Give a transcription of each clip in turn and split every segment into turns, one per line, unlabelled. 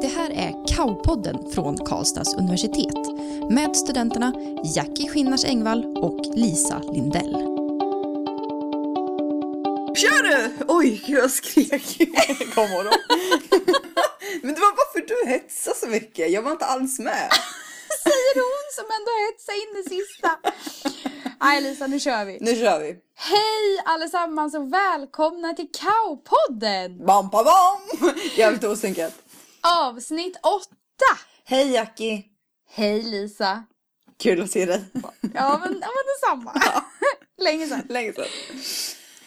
Det här är Kaopodden från Karlstads universitet med studenterna Jackie Skinnars Engvall och Lisa Lindell.
Kör du! Oj, gud jag skrek.
God morgon.
Men det var bara för att du hetsade så mycket. Jag var inte alls med.
Säger hon som ändå hetsade in det sista. Nej Lisa, nu kör vi.
Nu kör vi.
Hej allesammans och välkomna till Kaopodden!
Bam, bam, bam! Jävligt osynkat.
Avsnitt åtta!
Hej Jackie!
Hej Lisa!
Kul att se dig.
Ja men, ja, men detsamma. Länge sedan.
Länge sedan.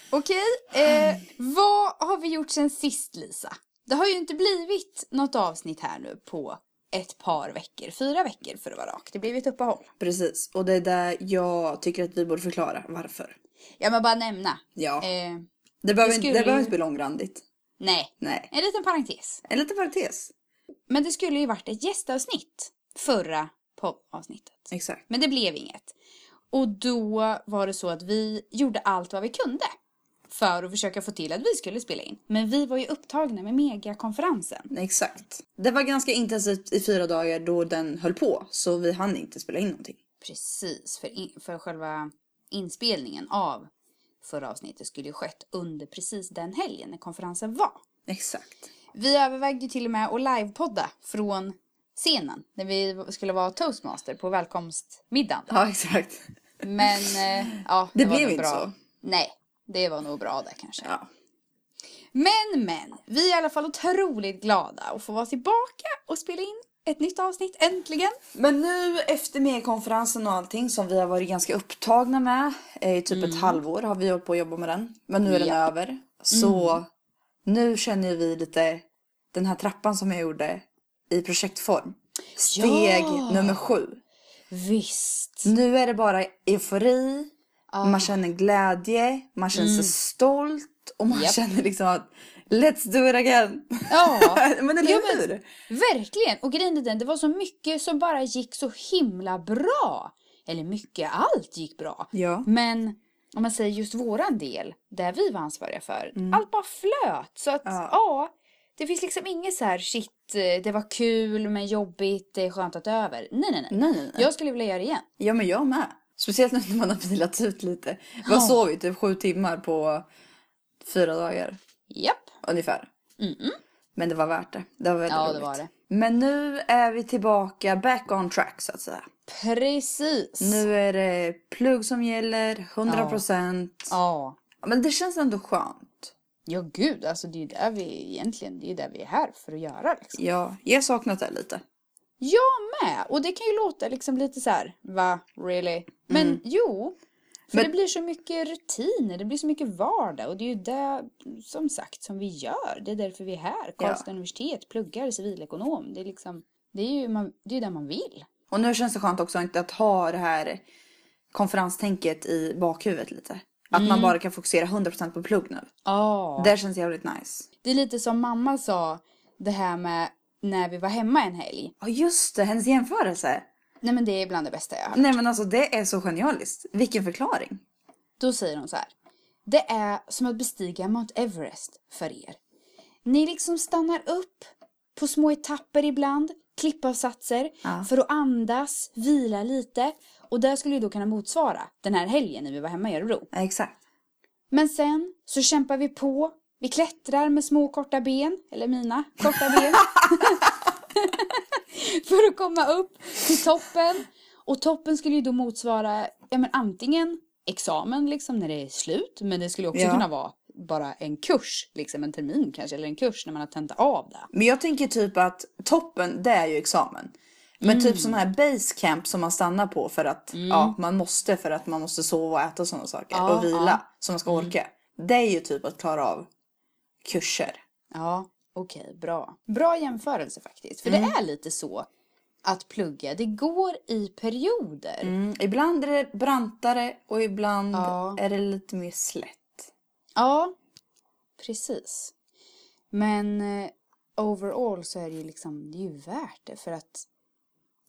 Okej, eh, vad har vi gjort sen sist Lisa? Det har ju inte blivit något avsnitt här nu på ett par veckor. Fyra veckor för att vara rak. Det blev ett uppehåll.
Precis, och det är där jag tycker att vi borde förklara varför.
Ja men bara nämna.
Ja,
Eh,
det behöver inte
det skulle
det
ju-
behöver inte bli långrandigt.
nej,
Nej,
en liten parentes.
en liten parentes.
Men det skulle ju varit ett gästavsnitt förra poddavsnittet.
Exakt.
Men det blev inget. Och då var det så att vi gjorde allt vad vi kunde för att försöka få till att vi skulle spela in. Men vi var ju upptagna med megakonferensen.
Exakt. Det var ganska intensivt i fyra dagar då den höll på, så vi hann inte spela in någonting.
Precis, för, in, för själva inspelningen av förra avsnittet skulle ju skett under precis den helgen när konferensen var.
Exakt.
Vi övervägde ju till och med att livepodda från scenen när vi skulle vara toastmaster på välkomstmiddagen.
Ja, exakt.
Men eh, ja,
Det
var
blev
nog
inte
bra.
så.
Nej, det var nog bra där kanske.
Ja.
Men, men. Vi är i alla fall otroligt glada att få vara tillbaka och spela in ett nytt avsnitt äntligen.
Men nu efter medkonferensen och allting som vi har varit ganska upptagna med eh, i typ ett halvår har vi hållit på att jobba med den. Men nu är den
Mm. Japp. Mm.
över. Så nu känner vi lite den här trappan som jag gjorde i projektform. Steg
Ja.
nummer sju.
Visst.
Nu är det bara eufori,
Ja. Mm.
man känner glädje, man känner sig stolt och man
Japp.
känner liksom att let's do it again.
Ja,
men eller
Ja, men-
hur?
verkligen. Och grejen är den, det var så mycket som bara gick så himla bra. Eller mycket, allt gick bra.
Ja.
Men om man säger just våran del, där vi var ansvariga för, allt bara flöt. Så att ja.
Mm. Ja.
det finns liksom inget så här shit, eh, det var kul men jobbigt, det är skönt att det är över. Nej, nej, nej.
Nej, nej, nej.
Jag skulle vilja göra det igen.
Ja, men jag med. Speciellt nu när man har vilat ut lite. Vad sov vi? Typ sju timmar på fyra dagar
Japp.
ungefär.
Mm-mm.
Men det var värt det. Det var väldigt
Ja, det
roligt.
var det.
Men nu är vi tillbaka back on track så att säga.
Precis.
Nu är det plugg som gäller, 100 procent.
Ja.
Men det känns ändå skönt.
Ja, gud, alltså det är ju där vi egentligen, det är ju där vi är här för att göra liksom.
Ja, jag har saknat det lite.
Jag med! Och det kan ju låta liksom lite så här, va, really? Men jo, för
Men-
det blir så mycket rutiner, det blir så mycket vardag och det är ju det, som sagt, som vi gör. Det är därför vi är här. Karlstad universitet, pluggar civilekonom. Det är liksom, det är ju man, det är ju där man vill.
Och nu känns det skönt också inte att ha det här konferenstänket i bakhuvudet lite. Att man bara kan fokusera 100% på plugg nu.
Mm. Ja.
Det känns jävligt nice.
Det är lite som mamma sa, det här med när vi var hemma en helg.
Ja just det, hennes jämförelse.
Nej men det är bland det bästa jag har hört.
Nej men alltså det är så genialiskt. Vilken förklaring.
Då säger hon så här. Det är som att bestiga Mount Everest för er. Ni liksom stannar upp på små etapper ibland, klippavsatser,
Ja.
för att andas, vila lite. Och det skulle ju då kunna motsvara den här helgen när vi var hemma i Örebro.
Ja, exakt.
Men sen så kämpar vi på. Vi klättrar med små korta ben, eller mina korta ben. för att komma upp till toppen. Och toppen skulle ju då motsvara ja, men antingen examen liksom när det är slut. Men det skulle också
Ja.
kunna vara bara en kurs, liksom en termin kanske. Eller en kurs när man har tentat av det.
Men jag tänker typ att toppen det är ju examen. Men typ sån här basecamp som man stannar på för att ja, man måste för att man måste sova och äta sådana saker.
Ja,
och vila
ja.
så man ska orka. Det är ju typ att klara av kurser.
Ja, okej, bra. Mm. Bra jämförelse faktiskt. För det är lite så att plugga. Det går i perioder.
Mm. Ibland är det brantare och ibland
Ja.
är det lite mer slätt.
Ja, precis. Men eh, overall så är det ju liksom, det är ju värt det för att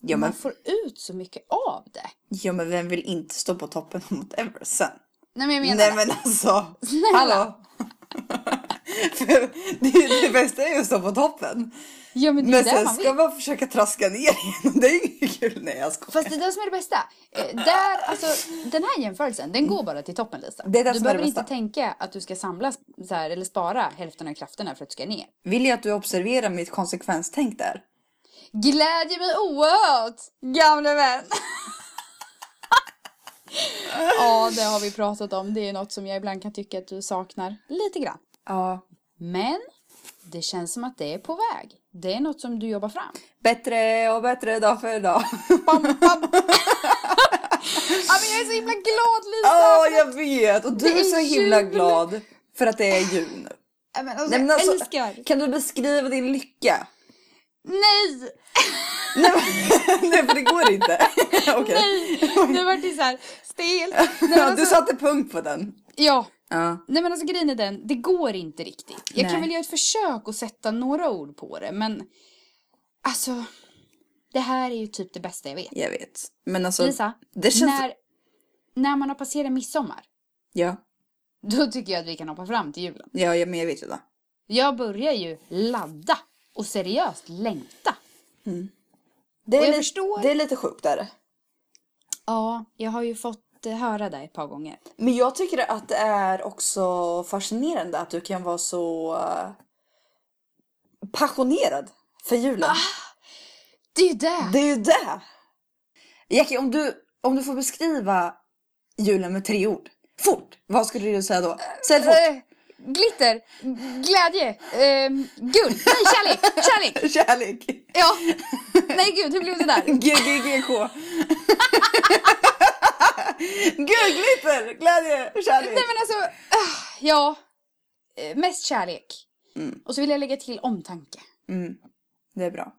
Ja men,
man får ut så mycket av det.
ja men vem vill inte stå på toppen mot Everest sen?
Nej men jag menar
Nej
det.
men alltså,
Snälla.
hallå! För det, det bästa är ju att stå på toppen.
Ja, men det
Men
är där
sen
man vill.
ska man försöka traska ner igen. Det är inget kul. Nej, jag skojar.
Fast det är det som är det bästa. Eh, där, alltså, den här jämförelsen, den går bara till toppen Lisa.
Det är det
du
som är
behöver
det
inte
bästa.
tänka att du ska samla så här, eller spara hälften av krafterna för att du ska ner.
Vill jag att du observerar mitt konsekvenstänk där?
Glädjer mig oerhört, gamle vän. ja, det har vi pratat om. Det är något som jag ibland kan tycka att du saknar lite grann.
Ja.
Men det känns som att det är på väg. Det är något som du jobbar fram.
Bättre och bättre dag för dag.
Bam, bam. ja, men jag är så himla glad Lisa!
Ja, jag vet. Och
Det
du
är
är så himla
jul.
glad för att det är jul nu.
Nej, men, alltså,
Nej, men
jag
alltså,
älskar!
Kan du beskriva din lycka?
Nej!
Nej, men- nej för det går inte. Okej.
Nu vart det så här stelt. Nej, men
Ja, du
alltså,
satte punkt på den.
ja.
Ja.
Nej men alltså grejen är den, det går inte riktigt. Jag kan
Nej.
väl göra ett försök att sätta några ord på det men alltså det här är ju typ det bästa jag vet.
Jag vet. Men alltså.
Lisa,
det känns...
när, när man har passerat midsommar
Ja,
då tycker jag att vi kan hoppa fram till julen.
ja, ja, men jag vet ju det.
Jag börjar ju ladda och seriöst längta.
Det
Och jag
är, lite,
förstår.
det är lite sjukt där.
Ja, jag har ju fått eh, höra det ett par gånger.
Men jag tycker att det är också fascinerande att du kan vara så eh, passionerad för julen.
Det är ju det!
Det är ju det! Jackie, om du, om du får beskriva julen med tre ord, fort, vad skulle du säga då? Säg fort!
Eh, glitter, glädje, eh, guld, nej kärlek, kärlek!
Eh. Kärlek!
Ja, nej gud hur blev det där?
GGGK! Gud, glitter, glädje, kärlek!
Nej men alltså, ah, ja. Eh, Mest kärlek.
Mm.
Och så vill jag lägga till omtanke.
Mm, det är bra.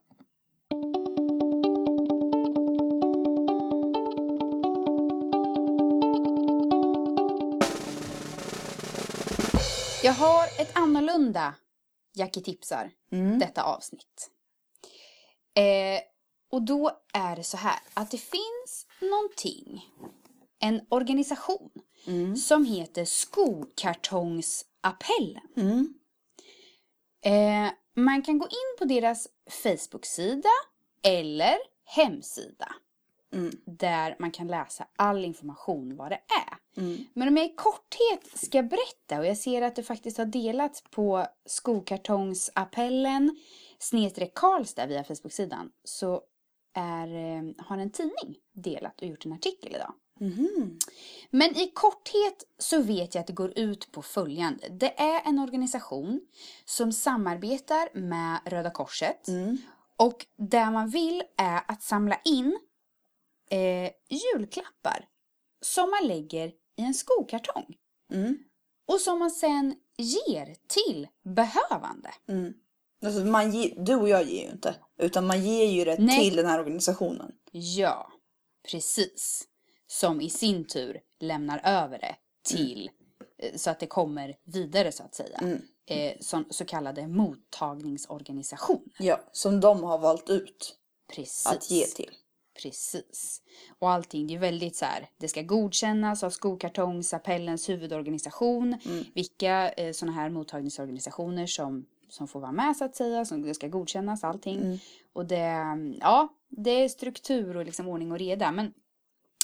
Jag har ett annorlunda Jackie tipsar
Mm.
detta avsnitt. Eh, och då är det så här att det finns någonting, en organisation
Mm.
som heter Skokartongsappellen.
Mm.
Eh, man kan gå in på deras Facebook-sida eller hemsida
Mm.
där man kan läsa all information vad det är.
Mm.
Men om jag i korthet ska berätta och jag ser att det faktiskt har delats på skokartongsappellen snedstreck Karlstad via Facebook-sidan så är, eh, har en tidning delat och gjort en artikel idag.
Mhm.
Men i korthet så vet jag att det går ut på följande. Det är en organisation som samarbetar med Röda Korset
Mm.
och det man vill är att samla in eh, julklappar som man lägger i en skokartong
Mm.
och som man sen ger till behövande.
Mm. Alltså man ge, du och jag ger ju inte. Utan man ger ju det
Nej.
till den här organisationen.
Ja, precis. Som i sin tur lämnar över det till eh, så att det kommer vidare så att säga.
Mm.
Eh, som så kallade mottagningsorganisation.
Ja, som de har valt ut
Precis.
att ge till.
Precis. Och allting, det är väldigt så här, det ska godkännas av Skokartongsappellens huvudorganisation.
Mm.
Vilka eh, sådana här mottagningsorganisationer som, som får vara med så att säga, som det ska godkännas allting.
Mm.
Och det, ja, det är struktur och liksom ordning och reda. Men,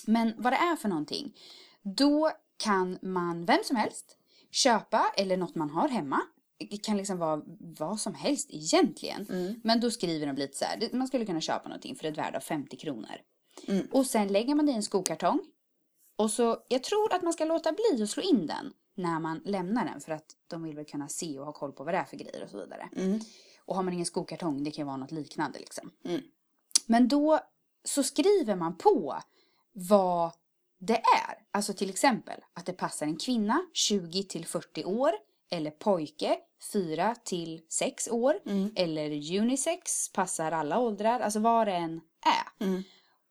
men vad det är för någonting, då kan man, vem som helst, köpa eller något man har hemma. Det kan liksom vara vad som helst egentligen.
Mm.
Men då skriver de lite så här, det- man skulle kunna köpa någonting för ett värde av 50 kronor.
Mm.
Och sen lägger man det i en skokartong. Och så, jag tror att man ska låta bli att slå in den när man lämnar den för att de vill väl kunna se och ha koll på vad det är för grejer och så vidare.
Mm.
Och har man ingen skokartong, det kan ju vara något liknande liksom.
Mm.
Men då så skriver man på vad det är. Alltså till exempel att det passar en kvinna 20 till 40 år eller pojke 4 till 6 år
Mm.
eller unisex passar alla åldrar, alltså vad det än är.
Mm.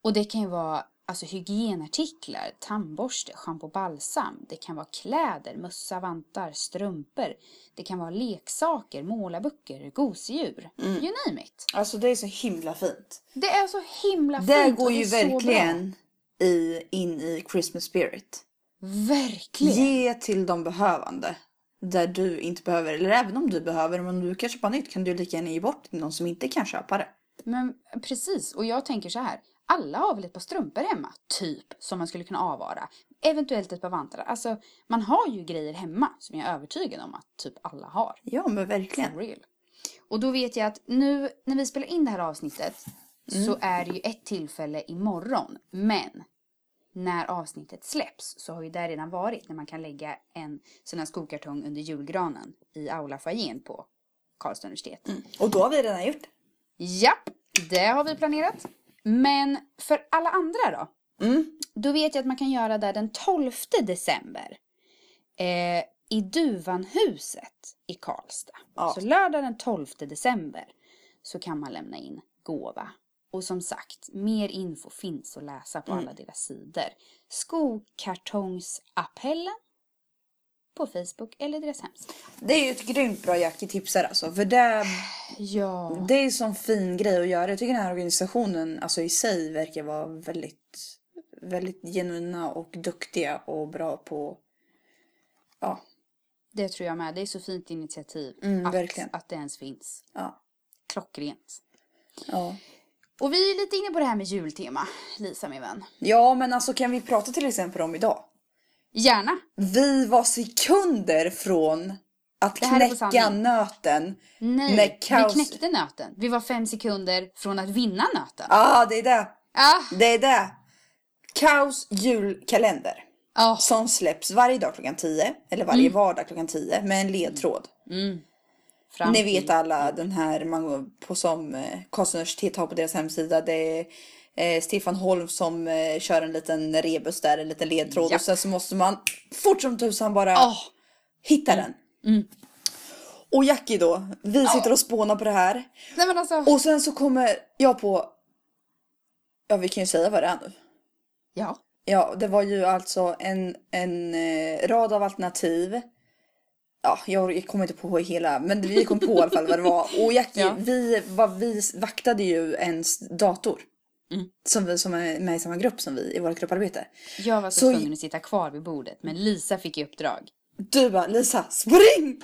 Och det kan ju vara alltså, hygienartiklar, tandborste, schampo och balsam. Det kan vara kläder, mössa, vantar, strumpor. Det kan vara leksaker, målarböcker, gosedjur.
Mm.
You name it.
Alltså det är så himla fint.
Det är så himla fint
Det
och
går ju
är så bra.
verkligen i, in i Christmas spirit.
Verkligen.
Ge till de behövande. där du inte behöver, eller även om du behöver, men om du kan köpa nytt kan du lika gärna ge bort till någon som inte kan köpa det.
Men precis, och jag tänker så här. Alla har väl ett par strumpor hemma, typ, som man skulle kunna avvara. Eventuellt ett par vantar. Alltså, man har ju grejer hemma som jag är övertygad om att typ alla har.
Ja, men verkligen.
For real. Och då vet jag att nu när vi spelar in det här avsnittet så är det ju ett tillfälle imorgon. Men när avsnittet släpps så har ju det redan varit när man kan lägga en sån här skokartong under julgranen i aulafoajén på Karlstads universitet.
Och då har vi redan gjort.
Japp, det har vi planerat. Men för alla andra då?
Mm.
Då vet jag att man kan göra det den 12 december. Eh, I Duvanhuset i Karlstad.
Ja.
Så lördag den 12 december så kan man lämna in gåva. Och som sagt, mer info finns att läsa på
Mm.
alla deras sidor. Skokartongsappellen på Facebook eller deras hemsida.
Det är ju ett grymt bra jacketips här alltså. För det,
Ja.
det är en sån fin grej att göra. Jag tycker den här organisationen alltså, i sig verkar vara väldigt, väldigt genuina och duktiga och bra på... Ja,
Det tror jag med. Det är så fint initiativ
Mm,
att,
verkligen.
att det ens finns.
ja,
Klockrent.
ja.
Och vi är lite inne på det här med jultema, Lisa min vän.
Ja, men alltså kan vi prata till exempel om idag?
Gärna!
Vi var sekunder från att
Det här är på
knäcka
sanning.
nöten.
Nej,
När kaos-
vi knäckte nöten. Vi var fem sekunder från att vinna nöten. Ja,
Ja, ah, det är det.
ah,
Det är det. Kaos julkalender.
ja,
Som släpps varje dag klockan 10. Eller varje vardag klockan 10. Med en ledtråd.
fram
Ni
till-
vet alla den här man går på som eh, Karlstads universitet har på deras hemsida. Det är eh, Stefan Holm som eh, kör en liten rebus där, en liten ledtråd.
Japp.
Och sen så måste man fort som tusan bara
Åh,
hitta den. Och Jackie då, vi sitter och spånar på det här.
nej men alltså.
Och sen så kommer jag på... Ja, vi kan ju säga vad det är nu.
Ja,
Ja, det var ju alltså en, en eh, rad av alternativ. Ja, jag, jag kommer inte på hela, men vi kom på i alla fall vad det var. Och Jackie,
Ja.
vi, var, vi vaktade ju ens dator.
Mm.
Som vi som är med i samma grupp som vi i vårt grupparbete.
jag var så,
Så-
tvungen att sitta kvar vid bordet, men Lisa fick i uppdrag.
Du bara, Lisa, spring!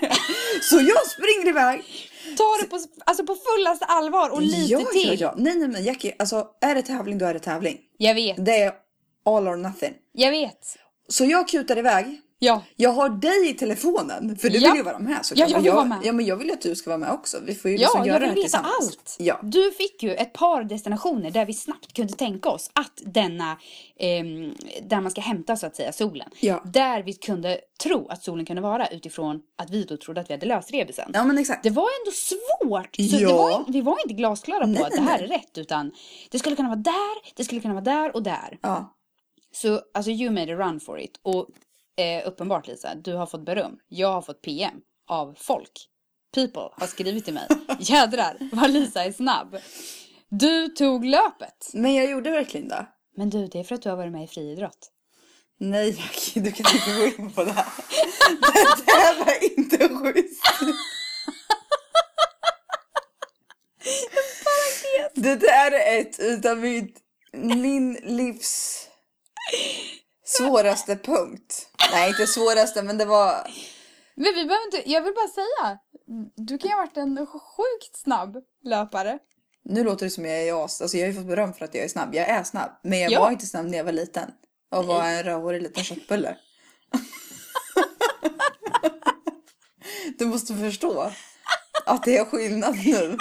så jag springer iväg.
Ta det på, alltså på fullaste allvar och lite
ja,
till.
Ja, ja. Nej, nej, men Jackie, alltså är det tävling då är det tävling.
Jag vet,
Det är all or nothing.
jag vet.
Så jag kutar iväg.
Ja,
Jag har dig i telefonen, för du
Ja.
vill ju vara med såklart.
Ja, jag vill
Och
vara med.
Ja, men jag vill ju att du ska vara med också. Vi får ju liksom
Ja,
göra
jag
det här
vill veta
tillsammans.
allt.
Ja.
Du fick ju ett par destinationer där vi snabbt kunde tänka oss att denna, ehm, där man ska hämta så att säga solen.
Ja.
Där vi kunde tro att solen kunde vara utifrån att vi då trodde att vi hade löst rebusen.
ja, men exakt.
Det var ändå svårt! Så det
Ja.
var, in- vi var inte glasklara på
Nej,
att
nej,
det här är
nej.
rätt utan det skulle kunna vara där, det skulle kunna vara där och där.
Ja.
Så alltså you made a run for it. Och eh, uppenbart Lisa, du har fått beröm. Jag har fått PM av folk. People har skrivit till mig. Jädrar vad Lisa är snabb. Du tog löpet.
Men jag gjorde verkligen det.
Men du, det är för att du har varit med i friidrott.
Nej, Jackie, du kan inte gå in på det här. det här var inte schysst. det där är ett utav mitt, min livs svåraste punkt. Nej, inte svåraste, men det var...
Men vi behöver inte, jag vill bara säga. Du kan ju ha varit en sjukt snabb löpare.
Nu låter det som jag är as. Alltså jag har ju fått beröm för att jag är snabb. Jag är snabb. Men jag
Ja.
var inte snabb när jag var liten. Och var en rödhårig liten köttbulle. du måste förstå att det är skillnad nu.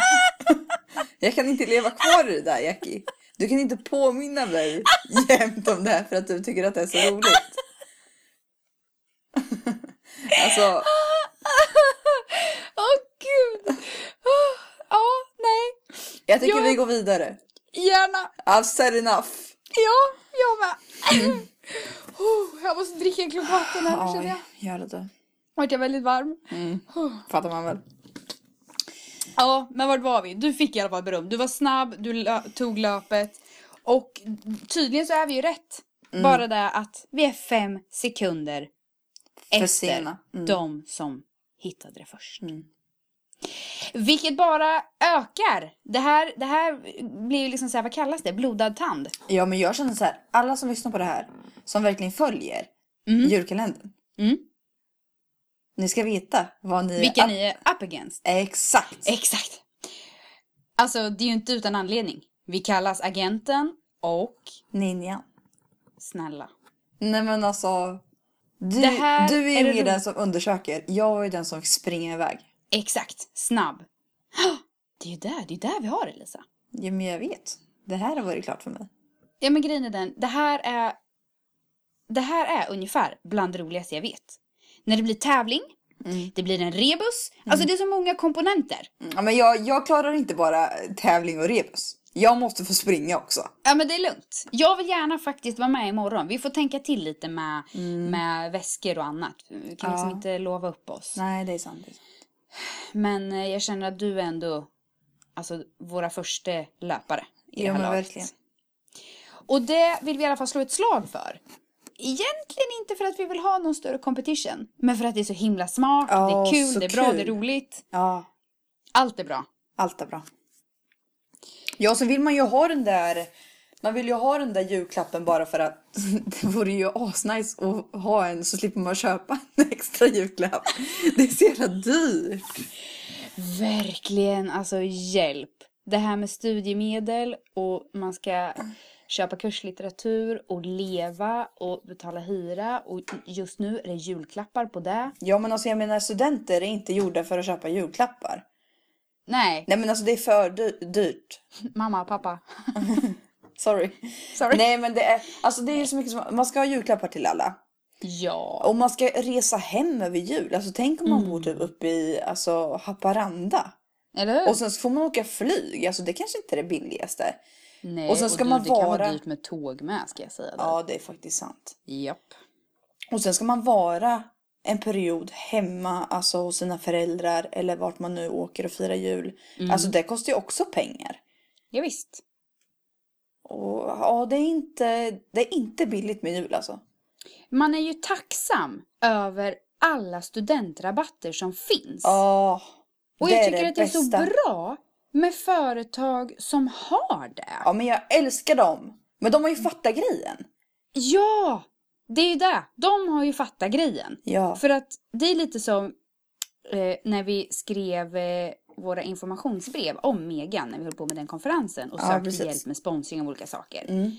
jag kan inte leva kvar i det där Jackie. Du kan inte påminna mig jämt om det här för att du tycker att det är så roligt. alltså,
Åh gud! Ja, nej.
jag tycker
Ja.
vi går vidare.
Gärna.
I've said enough.
Ja, jag med. Oh, jag måste dricka en klunk vatten här känner jag.
Oj, gör det du.
Vart jag väldigt varm.
Fattar man väl.
Ja, men vart var vi? Du fick i alla fall beröm. Du var snabb, du lö- tog löpet. Och tydligen så är vi ju rätt.
Mm.
Bara det att vi är fem sekunder efter
sena. Mm.
de som hittade det först. Vilket bara ökar. Det här, det här blir ju liksom så här, vad kallas det? Blodad tand.
Ja men jag känner så här, alla som lyssnar på det här, som verkligen följer julkalendern.
Mm.
Ni ska veta vad ni...
Vilka
up-
ni Eh. är up against.
Exakt.
Exakt. Alltså, det är ju inte utan anledning. Vi kallas agenten och
Ninja.
snälla.
Nej men alltså. Du,
Det här
du är, ju
är det
mer den
roligt.
som undersöker. Jag är ju den som fick springa iväg.
Exakt. Snabb. Ah, Det är ju där, det är där vi har det, Lisa.
Ja, men jag vet. Det här har varit klart för mig.
Ja, men grejen är den. Det här är... Det här är ungefär bland det roligaste jag vet. När det blir tävling,
Mm.
det blir en rebus. Alltså, det är så många komponenter.
Ja, men jag, jag klarar inte bara tävling och rebus. Jag måste få springa också.
Ja, men det är lugnt. Jag vill gärna faktiskt vara med imorgon. Vi får tänka till lite med, med väskor och annat. Vi kan liksom
Ja.
inte lova upp oss.
Nej, det är sant. det är sant.
Men eh, jag känner att du är ändå alltså, våra första löpare i det
Ja,
här
men
laget.
verkligen.
Och det vill vi i alla fall slå ett slag för. Egentligen inte för att vi vill ha någon större competition, men för att det är så himla smart, det
Ja,
är
så
kul, det är bra, det är
kul.
roligt.
Ja,
Allt är bra.
allt är bra. Ja, så vill man ju ha den där... Man vill ju ha den där julklappen bara för att det vore ju asnice att ha en så slipper man köpa en extra julklapp. Det är så jävla dyrt.
Verkligen, alltså hjälp. Det här med studiemedel och man ska köpa kurslitteratur och leva och betala hyra och just nu är det julklappar på det.
Ja men alltså jag menar studenter är inte gjorda för att köpa julklappar.
Nej,
Nej men alltså det är för dy- dyrt.
mamma och pappa.
Sorry.
Sorry.
Nej men det är, alltså det är ju så mycket som, man ska ha julklappar till alla.
Ja.
Och man ska resa hem över jul. Alltså tänk om man bor typ uppe i alltså, Haparanda.
Eller hur?
Och sen så får man åka flyg. Alltså det kanske inte är det billigaste.
Nej,
och sen ska
du,
man
det kan
vara-
vara dyrt med tåg med ska jag säga. Ja.
Ja det är faktiskt sant.
Japp.
Och sen ska man vara en period hemma, alltså hos sina föräldrar eller vart man nu åker och firar jul.
Mm.
Alltså det kostar ju också pengar.
Ja, visst.
Och, ja, det är, inte, det är inte billigt med jul alltså.
Man är ju tacksam över alla studentrabatter som finns.
Ja.
och
det är
jag tycker
det
att det är så
bästa.
bra med företag som har det.
Ja, men jag älskar dem. Men de har ju fattat grejen.
Ja! Det är ju det. De har ju fattat grejen.
Ja.
För att det är lite som eh, när vi skrev eh, våra informationsbrev om Megan när vi höll på med den konferensen och
Ja,
sökte
precis.
hjälp med sponsring av olika saker.
Mm.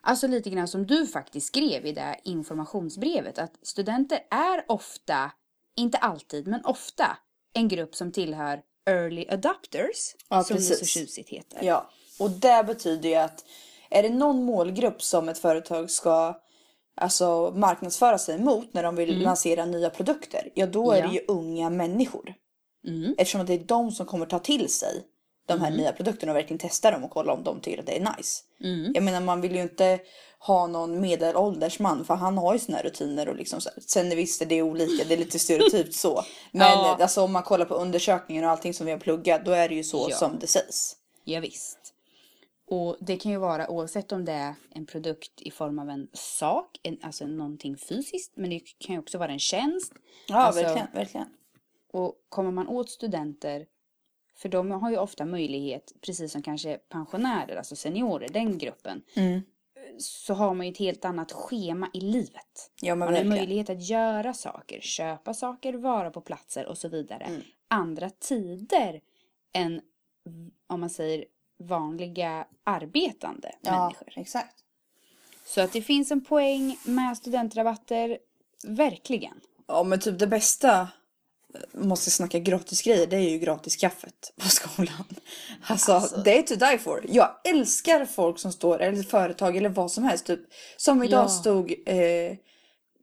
Alltså lite grann som du faktiskt skrev i det här informationsbrevet att studenter är ofta, inte alltid men ofta, en grupp som tillhör early adopters.
Ja,
som det så
precis.
tjusigt heter.
ja. Och det betyder ju att är det någon målgrupp som ett företag ska alltså, marknadsföra sig mot när de vill lansera nya produkter, ja då är
Mm. Ja.
det ju unga människor.
Mm.
Eftersom att det är de som kommer ta till sig de här nya produkterna och verkligen testa dem och kolla om de tycker att det är nice.
Mm.
Jag menar man vill ju inte ha någon medelålders man för han har ju sina rutiner och liksom så här. Sen visst är det olika, det är lite stereotypt så. Men
Ja.
alltså om man kollar på undersökningen och allting som vi har pluggat då är det ju så
Ja.
som det sägs.
Ja, visst. Och det kan ju vara oavsett om det är en produkt i form av en sak, en, alltså någonting fysiskt, men det kan ju också vara en tjänst.
Ja
Alltså-
verkligen, verkligen.
Och kommer man åt studenter, för de har ju ofta möjlighet, precis som kanske pensionärer, alltså seniorer, den gruppen,
Mm.
så har man ju ett helt annat schema i livet.
Ja men
Man har
verkligen.
möjlighet att göra saker, köpa saker, vara på platser och så vidare.
Mm.
Andra tider än, om man säger, vanliga arbetande
Ja
människor.
exakt.
Så att det finns en poäng med studentrabatter, verkligen.
Ja men typ det bästa om man ska snacka gratis grejer det är ju gratis kaffet på skolan. Alltså,
Alltså.
det är to die for. Jag älskar folk som står eller företag eller vad som helst typ. Som idag
Ja.
stod eh,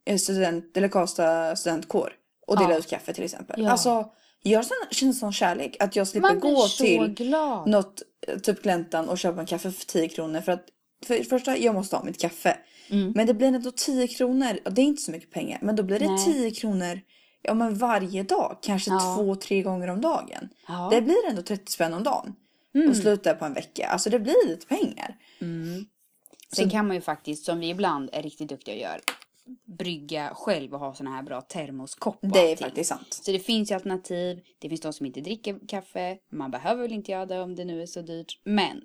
en student eller Karlstad studentkår och delade
Ja.
ut kaffe till exempel.
Ja.
Alltså jag sen- känner sån kärlek att jag slipper
Man blir
gå
så
till
glad.
något eh, typ Gläntan och köpa en kaffe för 10 kronor för att för det första jag måste ha mitt kaffe.
Mm.
Men det blir ändå 10 kronor och det är inte så mycket pengar men då blir det
Nej.
10 kronor ja, men varje dag kanske
Ja.
två, tre gånger om dagen.
Ja. Mm.
Det blir ändå 30 spänn om dagen och slutar på en vecka. Alltså det blir lite pengar.
Sen kan man ju faktiskt, som vi ibland är riktigt duktiga och gör, brygga själv och ha såna här bra termoskoppar.
Det är faktiskt sant.
Så det finns ju alternativ. Det finns de som inte dricker kaffe. Man behöver väl inte göra det om det nu är så dyrt. Men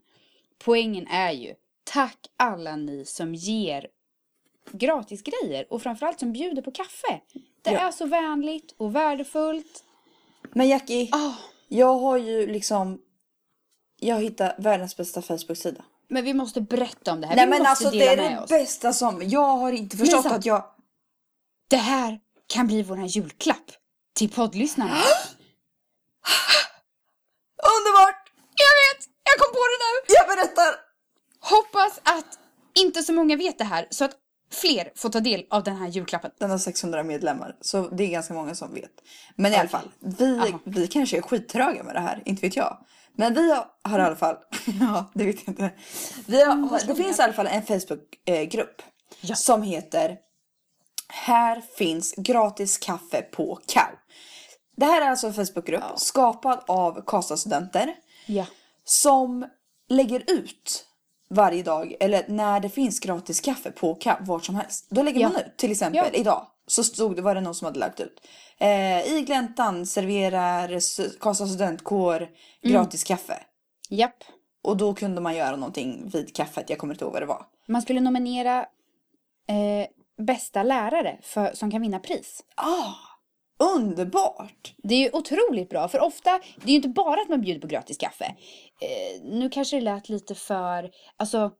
poängen är ju, tack alla ni som ger gratisgrejer och framförallt som bjuder på kaffe. Det
Ja.
är så vänligt och värdefullt.
Men Jackie,
Ah,
jag har ju liksom... Jag hittar världens bästa Facebook-sida.
men vi måste berätta om det här.
Nej
vi
men
måste
alltså
dela
det är
med
det
oss.
bästa som... Jag har inte förstått
Lisa.
att jag...
Det här kan bli vår julklapp till poddlyssnarna.
Underbart!
jag vet! Jag kom på det nu!
Jag berättar!
Hoppas att inte så många vet det här så att fler får ta del av den här julklappen.
Den har 600 medlemmar, så det är ganska många som vet. Men i alla fall, vi,
Aha.
vi kanske är skittröga med det här, inte vet jag. Men vi har, har i alla fall, ja det vet jag inte. Vi
Mm,
har, det finns i alla fall en Facebookgrupp
Ja.
som heter Här finns gratis kaffe på Kau. Det här är alltså en Facebookgrupp skapad av Karlstadstudenter
Ja.
som lägger ut varje dag eller när det finns gratis kaffe på ka- vart som helst. Då lägger
Ja.
man ut till exempel
Ja.
idag så stod det var det någon som hade lagt ut. Eh, I gläntan serverar s- Karlstads
Mm.
studentkår gratis kaffe.
Japp.
Och då kunde man göra någonting vid kaffet. Jag kommer inte ihåg vad det var.
Man skulle nominera eh, bästa lärare för, som kan vinna pris.
Ah, underbart!
Det är ju otroligt bra, för ofta, det är ju inte bara att man bjuder på gratis kaffe. Eh, nu kanske det lät lite för, alltså,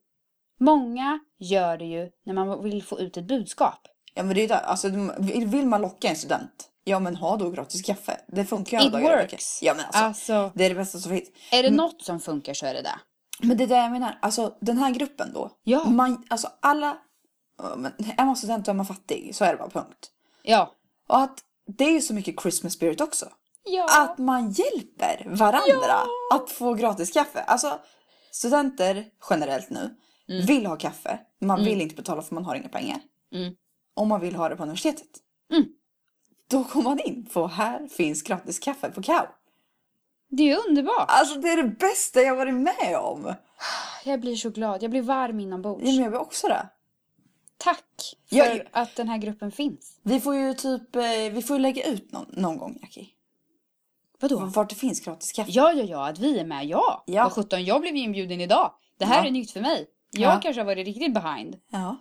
många gör det ju när man vill få ut ett budskap.
Ja men det är ju där, alltså de- vill vill man locka en student, ja men ha då gratis kaffe. Det funkar ju
It
alla dagar i veckan.
works.
Ja men alltså,
Alltså,
det är det bästa som finns.
är det något som funkar så är det det.
Men det är det jag menar. Alltså den här gruppen då.
Ja.
Man, alltså alla... Ja, men Är man student då är man fattig. Så är det bara punkt.
Ja.
Och att det är ju så mycket Christmas spirit också.
Ja.
Att man hjälper varandra att få gratis kaffe. Alltså studenter generellt nu vill ha kaffe. Man vill inte betala för man har inga pengar.
Mm.
Om man vill ha det på universitetet.
Mm.
Då går man in på här finns gratis kaffe på Kao.
Det är ju underbart.
Alltså det är det bästa jag varit med om.
Ah, Jag blir så glad, jag blir varm inombords.
Ja, men jag vill också det.
Tack för
Jag-
att den här gruppen finns.
Vi får ju typ, eh, vi får ju lägga ut någon, någon gång Jackie.
Vadå?
Vart det finns gratis kaffe.
Ja, ja, ja, att vi är med, ja.
Ja.
Vad sjutton, jag blev ju inbjuden idag. Det här
Ja.
är nytt för mig. Jag
Ja.
kanske har varit riktigt behind.
Ja.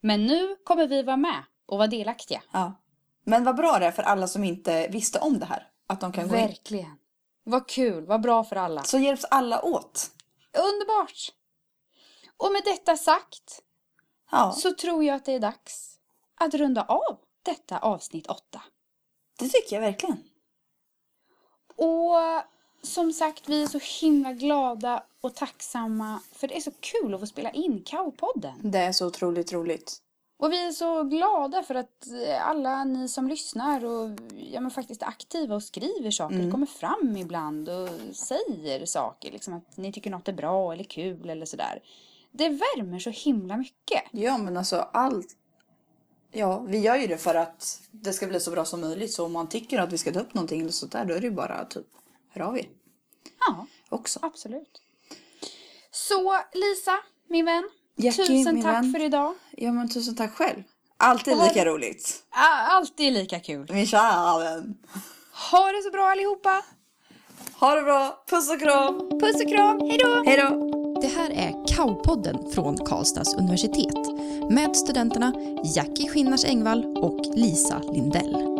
Men nu kommer vi vara med och vara delaktiga.
ja. Men vad bra det är för alla som inte visste om det här. Att de kan gå in.
Verkligen. Vad kul, vad bra för alla.
Så hjälps alla åt.
Underbart! Och med detta sagt
Ja,
så tror jag att det är dags att runda av detta avsnitt 8.
det tycker jag verkligen.
Och som sagt, vi är så himla glada och tacksamma för det är så kul att få spela in Cowpodden.
Det är så otroligt roligt.
Och vi är så glada för att eh, alla ni som lyssnar och ja, men faktiskt är aktiva och skriver saker
Mm.
kommer fram ibland och säger saker. Liksom att ni tycker något är bra eller kul eller sådär. Det värmer så himla mycket.
Ja, men alltså allt. Ja, vi gör ju det för att det ska bli så bra som möjligt. Så om man tycker att vi ska ta upp någonting eller sånt där, då är det ju bara typ, hör av er
Ja,
också.
absolut. Så Lisa, min vän.
Jackie,
tusen
min
tack
vän.
för idag.
Ja, men tusen tack själv. Alltid
Ha det-
lika roligt.
Ah, Alltid lika kul.
Min kära vän.
Ha det så bra allihopa.
Ha det bra. Puss och kram.
Puss och kram. Hej då!
Hej då.
Det här är Kaopodden från Karlstads universitet med studenterna Jackie Skinnars Engvall och Lisa Lindell.